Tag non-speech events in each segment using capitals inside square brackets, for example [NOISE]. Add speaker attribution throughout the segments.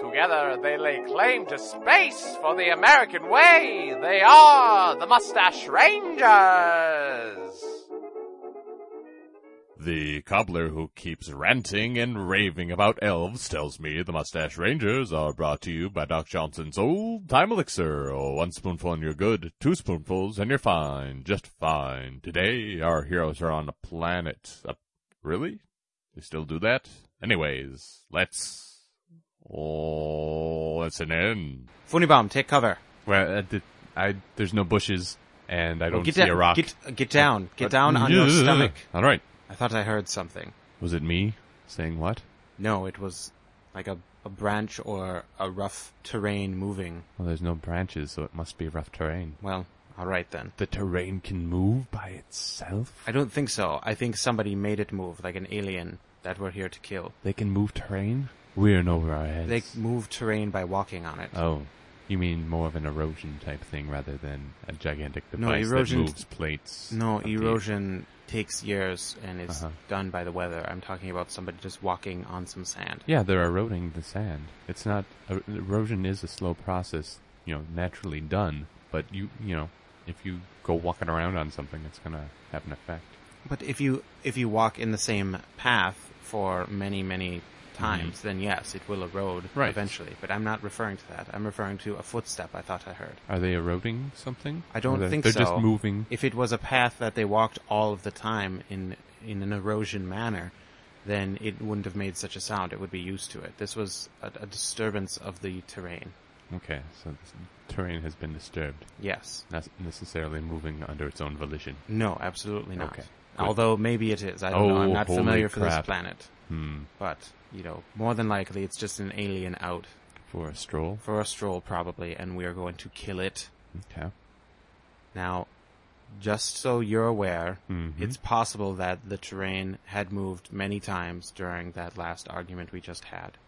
Speaker 1: Together they lay claim to space for the American way. They are the Mustache Rangers.
Speaker 2: The cobbler who keeps ranting and raving about elves tells me the Mustache Rangers are brought to you by Doc Johnson's Old Time Elixir. Oh, One spoonful and you're good, two spoonfuls and you're fine, just fine. Today our heroes are on a planet. Uh, really? They still do that? Anyways, let's listen in.
Speaker 3: Funibomb, take cover.
Speaker 2: Well, uh, th- I, there's no bushes, and I don't
Speaker 3: Get
Speaker 2: see
Speaker 3: down.
Speaker 2: a rock.
Speaker 3: Get, get down. Get down on
Speaker 2: [LAUGHS] Yeah.
Speaker 3: your stomach.
Speaker 2: All right.
Speaker 3: I thought I heard something.
Speaker 2: Was it me saying what?
Speaker 3: No, it was like a, a branch or a rough terrain moving.
Speaker 2: Well, there's no branches, so it must be rough terrain.
Speaker 3: Well, all right then.
Speaker 2: The terrain can move by itself?
Speaker 3: I don't think so. I think somebody made it move, like an alien that we're here to kill.
Speaker 2: They can move terrain? We're in over our heads.
Speaker 3: They move terrain by walking on it.
Speaker 2: Oh. You mean more of an erosion type thing rather than a gigantic
Speaker 3: No,
Speaker 2: device
Speaker 3: erosion-
Speaker 2: that moves plates?
Speaker 3: no,
Speaker 2: of the-
Speaker 3: erosion takes years and it's
Speaker 2: Uh-huh.
Speaker 3: done by the weather. I'm talking about somebody just walking on some sand.
Speaker 2: Yeah, they're eroding the sand. It's not er- erosion is a slow process, you know, naturally done. But you, you know, if you go walking around on something, it's gonna have an effect.
Speaker 3: But if you if you walk in the same path for many many times, then yes, it will erode
Speaker 2: Mm-hmm. Right.
Speaker 3: eventually. But I'm not referring to that. I'm referring to a footstep. I thought I heard.
Speaker 2: Are they eroding something?
Speaker 3: I don't
Speaker 2: Or they-
Speaker 3: think
Speaker 2: they're
Speaker 3: so.
Speaker 2: just moving.
Speaker 3: If it was a path that they walked all of the time in in an erosion manner, then it wouldn't have made such a sound. It would be used to it. This was a, a disturbance of the terrain.
Speaker 2: Okay, so this terrain has been disturbed,
Speaker 3: Yes.
Speaker 2: not necessarily moving under its own volition.
Speaker 3: No, absolutely not.
Speaker 2: Okay, good.
Speaker 3: Although maybe it is. I don't know.
Speaker 2: Oh,
Speaker 3: I'm not
Speaker 2: holy
Speaker 3: familiar for this
Speaker 2: crap.
Speaker 3: planet.
Speaker 2: Hmm.
Speaker 3: But, you know, more than likely it's just an alien out
Speaker 2: For a stroll.
Speaker 3: for a stroll probably and we are going to kill it
Speaker 2: Okay.
Speaker 3: now just so you're aware
Speaker 2: Mhm.
Speaker 3: it's possible that the terrain had moved many times during that last argument we just had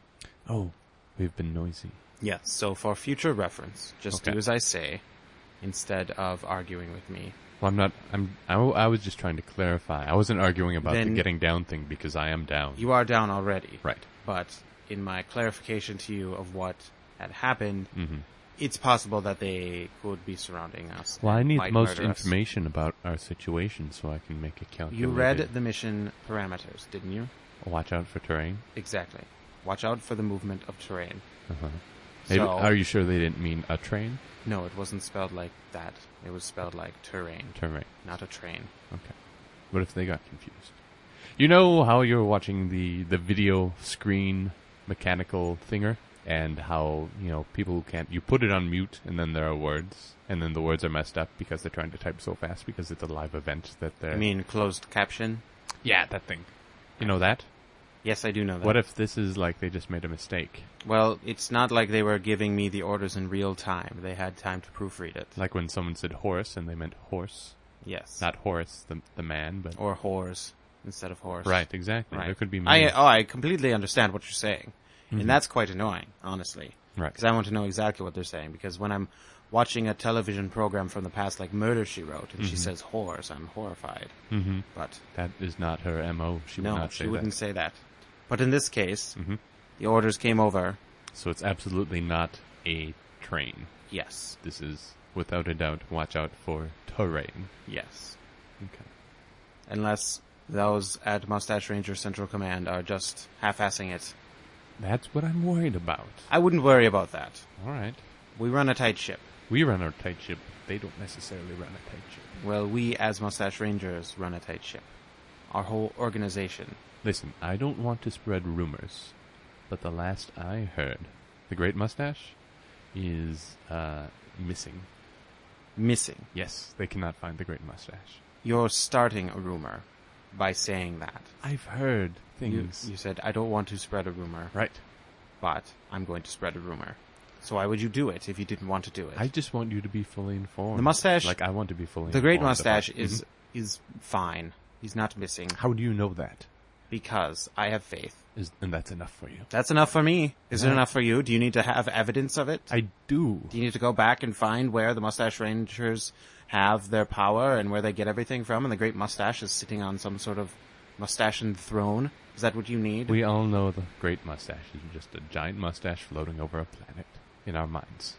Speaker 2: Oh, we've been noisy.
Speaker 3: yes so for future reference just
Speaker 2: Okay.
Speaker 3: do as i say instead of arguing with me
Speaker 2: Well, I'm not. I'm. I, w- I was just trying to clarify. I wasn't arguing about the
Speaker 3: Then-
Speaker 2: getting down thing because I am down.
Speaker 3: you are down already
Speaker 2: right.
Speaker 3: but in my clarification to you of what had happened
Speaker 2: hmm
Speaker 3: it's possible that they could be surrounding us
Speaker 2: Well, I
Speaker 3: and
Speaker 2: need
Speaker 3: might
Speaker 2: most
Speaker 3: murder us.
Speaker 2: information about our situation so I can make a calculation.
Speaker 3: you read the mission parameters didn't you
Speaker 2: Watch out for terrain.
Speaker 3: Exactly. Watch out for the movement of terrain.
Speaker 2: Uh-huh. They-
Speaker 3: So,
Speaker 2: Are you sure they didn't mean a train?
Speaker 3: no, it wasn't spelled like that. It was spelled like terrain,
Speaker 2: Terrain.
Speaker 3: not a train.
Speaker 2: Okay. What if they got confused? You know how you're watching the, the video screen mechanical thinger? And how, you know, people who can't, you put it on mute and then there are words, and then the words are messed up because they're trying to type so fast because it's a live event that they're.
Speaker 3: I mean, closed caption.
Speaker 2: yeah, that thing. You know that?
Speaker 3: Yes, I do know that.
Speaker 2: What if this is like they just made a mistake?
Speaker 3: well, it's not like they were giving me the orders in real time. They had time to proofread it.
Speaker 2: Like when someone said horse and they meant horse.
Speaker 3: Yes.
Speaker 2: Not Horace, the, the man, but.
Speaker 3: or whores instead of horse.
Speaker 2: Right, exactly.
Speaker 3: Right.
Speaker 2: There could be
Speaker 3: I,
Speaker 2: many. Mm-hmm.
Speaker 3: oh, I completely understand what you're saying. And that's quite annoying, honestly.
Speaker 2: Right.
Speaker 3: Because I want to know exactly what they're saying. Because when I'm watching a television program from the past, like Murder, She Wrote, and
Speaker 2: Mm-hmm.
Speaker 3: she says whores, I'm horrified.
Speaker 2: Mhm.
Speaker 3: But
Speaker 2: That is not her MO. She would
Speaker 3: no,
Speaker 2: not
Speaker 3: she
Speaker 2: say
Speaker 3: wouldn't
Speaker 2: that. Mm-hmm.
Speaker 3: say that. But in this case, the orders came over.
Speaker 2: So it's absolutely not a train.
Speaker 3: Yes,
Speaker 2: This is, without a doubt, watch out for terrain.
Speaker 3: yes.
Speaker 2: Okay.
Speaker 3: Unless those at Mustache Ranger Central Command are just half-assing it.
Speaker 2: That's what I'm worried about.
Speaker 3: I wouldn't worry about that.
Speaker 2: All right.
Speaker 3: We run a tight ship.
Speaker 2: We run our tight ship. They don't necessarily run a tight ship.
Speaker 3: Well, we as Mustache Rangers run a tight ship. Our whole organization.
Speaker 2: Listen, I don't want to spread rumors, but the last I heard, the Great Mustache is uh, missing.
Speaker 3: Missing.
Speaker 2: Yes, they cannot find the Great Mustache.
Speaker 3: You're starting a rumor by saying that.
Speaker 2: I've heard
Speaker 3: You,
Speaker 2: things.
Speaker 3: you said, I don't want to spread a rumor,
Speaker 2: Right.
Speaker 3: but I'm going to spread a rumor. So why would you do it if you didn't want to do it?
Speaker 2: I just want you to be fully informed.
Speaker 3: The mustache-
Speaker 2: like I want to be fully.
Speaker 3: the great
Speaker 2: informed about-
Speaker 3: mustache
Speaker 2: Mhm.
Speaker 3: is is fine. He's not missing
Speaker 2: How do you know that?
Speaker 3: because I have faith.
Speaker 2: Is and that's enough for you?
Speaker 3: That's enough for me. Is it enough for you? Do you need to have evidence of it?
Speaker 2: I do.
Speaker 3: Do you need to go back and find where the Mustache Rangers have their power and where they get everything from? And the Great Mustache is sitting on some sort of mustachined throne. Is that what you need?
Speaker 2: We all know the great mustache is just a giant mustache floating over a planet in our minds.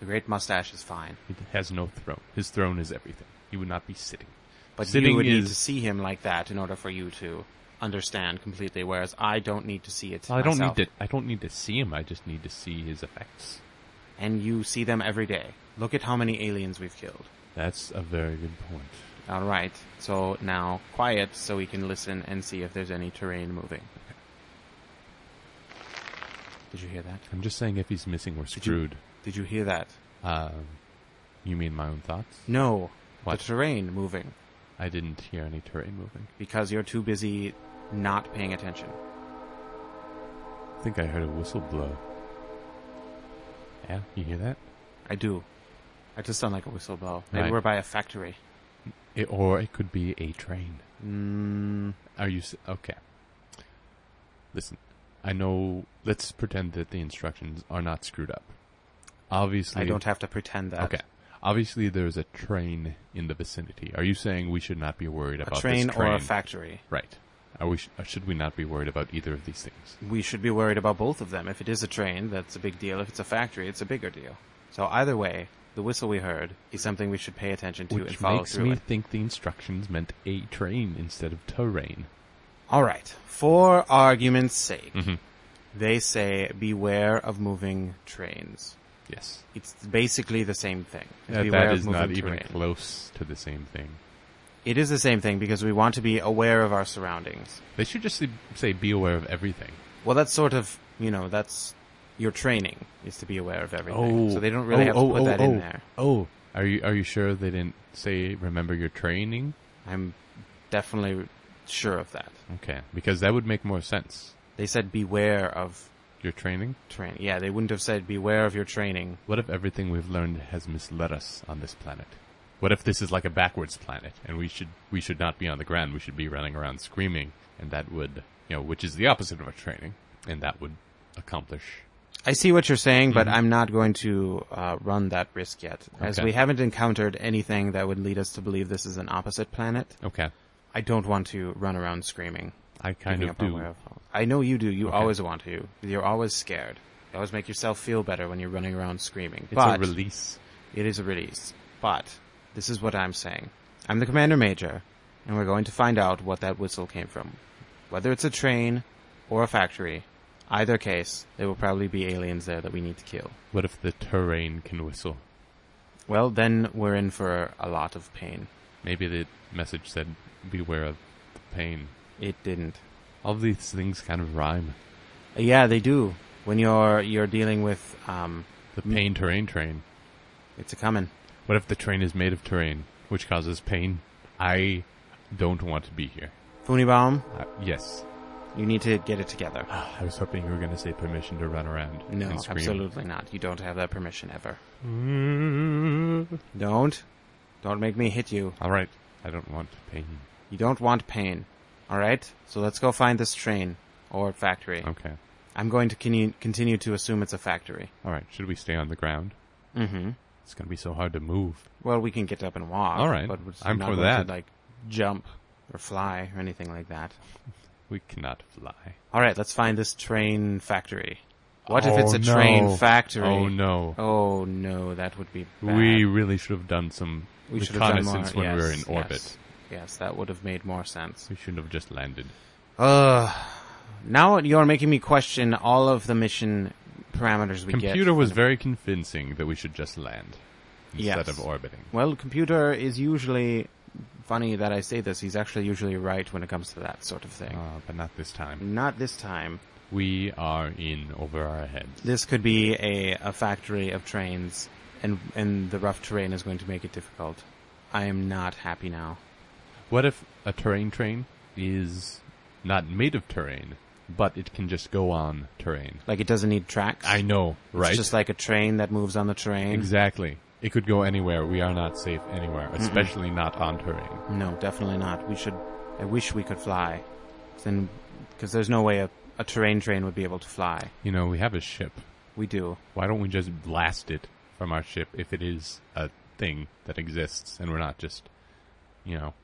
Speaker 3: the Great Mustache is fine,
Speaker 2: It has no throne. His throne is everything. He would not be sitting.
Speaker 3: but
Speaker 2: Sitting
Speaker 3: you would need
Speaker 2: is-
Speaker 3: to see him like that in order for you to understand completely. Whereas I don't need to see it.
Speaker 2: I don't
Speaker 3: myself.
Speaker 2: need to. I don't need to see him. I just need to see his effects.
Speaker 3: And you see them every day. Look at how many aliens we've killed.
Speaker 2: That's a very good point.
Speaker 3: All right. So now quiet so we can listen and see if there's any terrain moving. Did you hear that?
Speaker 2: I'm just saying, if he's missing, we're screwed.
Speaker 3: Did you hear that?
Speaker 2: You, you mean my own thoughts?
Speaker 3: No.
Speaker 2: What?
Speaker 3: The terrain moving
Speaker 2: I didn't hear any terrain moving.
Speaker 3: because you're too busy not paying attention.
Speaker 2: I think I heard a whistle blow. Yeah, you hear that?
Speaker 3: I do. I just sound like a whistleblower. Maybe
Speaker 2: Right.
Speaker 3: we're by a factory.
Speaker 2: It, or it could be a train.
Speaker 3: Mm,
Speaker 2: Are you s- okay? Listen, I know. Let's pretend that the instructions are not screwed up. Obviously,
Speaker 3: I don't have to pretend that.
Speaker 2: Okay. Obviously, there is a train in the vicinity. Are you saying we should not be worried
Speaker 3: A
Speaker 2: about
Speaker 3: train,
Speaker 2: this train
Speaker 3: or a factory.
Speaker 2: Right. Are we? Sh- or should we not be worried about either of these things?
Speaker 3: We should be worried about both of them. If it is a train, that's a big deal. If it's a factory, it's a bigger deal. So either way, the whistle we heard is something we should pay attention to and
Speaker 2: Which
Speaker 3: follow
Speaker 2: makes
Speaker 3: through
Speaker 2: me
Speaker 3: with.
Speaker 2: think the instructions meant a train instead of terrain.
Speaker 3: All right. For argument's sake,
Speaker 2: Mm-hmm.
Speaker 3: they say beware of moving trains.
Speaker 2: Yes.
Speaker 3: It's basically the same thing. It's
Speaker 2: That-
Speaker 3: beware
Speaker 2: that
Speaker 3: of
Speaker 2: is not
Speaker 3: moving
Speaker 2: even
Speaker 3: terrain.
Speaker 2: close to the same thing.
Speaker 3: It is the same thing because we want to be aware of our surroundings.
Speaker 2: They should just say- say, "Be aware of everything."
Speaker 3: Well, that's sort of, you know, that's your training is to be aware of everything.
Speaker 2: Oh,
Speaker 3: so they don't really
Speaker 2: oh,
Speaker 3: have to
Speaker 2: oh,
Speaker 3: put
Speaker 2: oh,
Speaker 3: that
Speaker 2: oh,
Speaker 3: in there.
Speaker 2: Oh, are you are you sure they didn't say remember your training?
Speaker 3: I'm definitely sure of that.
Speaker 2: Okay, because that would make more sense.
Speaker 3: They said beware of
Speaker 2: Your training.
Speaker 3: train. Yeah, they wouldn't have said beware of your training.
Speaker 2: What if everything we've learned has misled us on this planet? What if this is like a backwards planet, and we should we should not be on the ground? We should be running around screaming, and that would you know, which is the opposite of a training, and that would accomplish.
Speaker 3: I see what you're saying, but I'm not going to uh, run that risk yet, as
Speaker 2: Mm-hmm. Okay.
Speaker 3: we haven't encountered anything that would lead us to believe this is an opposite planet.
Speaker 2: Okay,
Speaker 3: I don't want to run around screaming.
Speaker 2: I kind
Speaker 3: giving
Speaker 2: of
Speaker 3: up on
Speaker 2: do.
Speaker 3: where I've- I know you do. You always want to. You're always scared. You always make yourself feel better when you're running around screaming.
Speaker 2: It's
Speaker 3: but
Speaker 2: a release.
Speaker 3: It is a release. But this is what I'm saying. I'm the commander major, and we're going to find out what that whistle came from. Whether it's a train or a factory, either case, there will probably be aliens there that we need to kill.
Speaker 2: What if the terrain can whistle?
Speaker 3: Well, then we're in for a lot of pain.
Speaker 2: Maybe the message said, "Beware of the pain."
Speaker 3: It didn't.
Speaker 2: All of these things kind of rhyme.
Speaker 3: Yeah, they do. When you're you're dealing with, um,
Speaker 2: The pain terrain train.
Speaker 3: it's a coming.
Speaker 2: What if the train is made of terrain, which causes pain? I don't want to be here.
Speaker 3: Funibaum,
Speaker 2: Uh, yes.
Speaker 3: you need to get it together.
Speaker 2: I was hoping you were going to say permission to run around.
Speaker 3: No,
Speaker 2: and scream.
Speaker 3: absolutely not. You don't have that permission ever. Don't. Don't make me hit you.
Speaker 2: All right. I don't want pain.
Speaker 3: You don't want pain. All right? So let's go find this train or factory.
Speaker 2: Okay.
Speaker 3: I'm going to con- continue to assume it's a factory.
Speaker 2: All right. Should we stay on the ground?
Speaker 3: Mm-hmm.
Speaker 2: It's going to be so hard to move.
Speaker 3: Well, we can get up and walk.
Speaker 2: All right.
Speaker 3: But it's
Speaker 2: I'm
Speaker 3: not
Speaker 2: for
Speaker 3: going
Speaker 2: that.
Speaker 3: To, like, jump or fly or anything like that.
Speaker 2: We cannot fly.
Speaker 3: All right, let's find this train factory. What
Speaker 2: Oh,
Speaker 3: if it's a
Speaker 2: no.
Speaker 3: train factory?
Speaker 2: Oh no.
Speaker 3: Oh, no, that would be bad.
Speaker 2: We really should have done some
Speaker 3: We should have done more.
Speaker 2: reconnaissance when we were in
Speaker 3: Yes,
Speaker 2: orbit.
Speaker 3: Yes, yes, that would have made more sense.
Speaker 2: We shouldn't have just landed.
Speaker 3: Ugh. Now you're making me question all of the mission parameters we get.
Speaker 2: Computer was very convincing that we should just land instead
Speaker 3: Yes.
Speaker 2: of orbiting.
Speaker 3: Well, computer is usually funny that I say this. He's actually usually right when it comes to that sort of thing.
Speaker 2: Ah, but not this time.
Speaker 3: Not this time.
Speaker 2: We are in over our heads.
Speaker 3: This could be a, a factory of trains, and and the rough terrain is going to make it difficult. I am not happy now.
Speaker 2: What if a terrain train is not made of terrain, but it can just go on terrain.
Speaker 3: Like it doesn't need tracks.
Speaker 2: I know, right?
Speaker 3: It's just like a train that moves on the terrain.
Speaker 2: exactly. It could go anywhere. We are not safe anywhere, especially not on terrain.
Speaker 3: No, definitely not. We should. I wish we could fly. Then, because there's no way a, a terrain train would be able to fly.
Speaker 2: You know, we have a ship.
Speaker 3: We do.
Speaker 2: Why don't we just blast it from our ship if it is a thing that exists and we're not just, you know.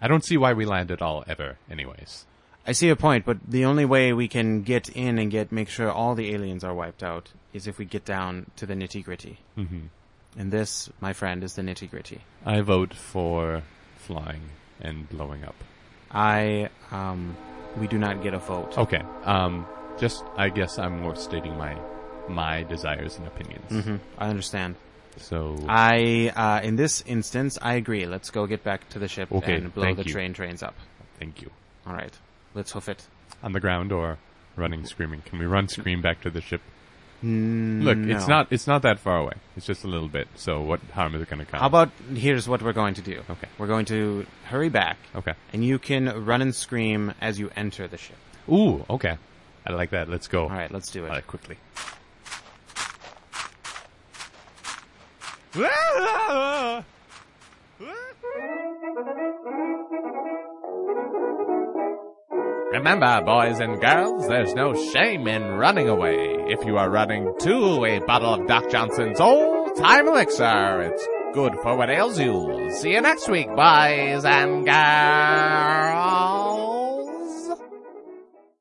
Speaker 2: I don't see why we land at all ever, anyways.
Speaker 3: I see your point, but the only way we can get in and get make sure all the aliens are wiped out is if we get down to the nitty gritty. Mm-hmm. And this, my friend, is the nitty gritty.
Speaker 2: I vote for flying and blowing up.
Speaker 3: I, um, we do not get a vote.
Speaker 2: Okay. Um, just I guess I'm more stating my my desires and opinions.
Speaker 3: Mhm, I understand.
Speaker 2: So
Speaker 3: I, uh, in this instance, I agree. Let's go get back to the ship
Speaker 2: Okay,
Speaker 3: and blow
Speaker 2: thank
Speaker 3: the
Speaker 2: you.
Speaker 3: train trains up.
Speaker 2: thank you.
Speaker 3: All right. Let's hoof it.
Speaker 2: On the ground or running, screaming. Can we run, scream back to the ship?
Speaker 3: Mm,
Speaker 2: Look, it's
Speaker 3: no.
Speaker 2: not it's not that far away. It's just a little bit. So what harm is it going to come?
Speaker 3: How about here's what we're going to do?
Speaker 2: Okay.
Speaker 3: We're going to hurry back.
Speaker 2: Okay.
Speaker 3: And you can run and scream as you enter the ship.
Speaker 2: Ooh, okay. I like that. Let's go.
Speaker 3: All right, let's do it.
Speaker 2: All right, quickly.
Speaker 1: Remember, boys and girls, there's no shame in running away. If you are running to a bottle of Doc Johnson's old time elixir, it's good for what ails you. See you next week, boys and girls.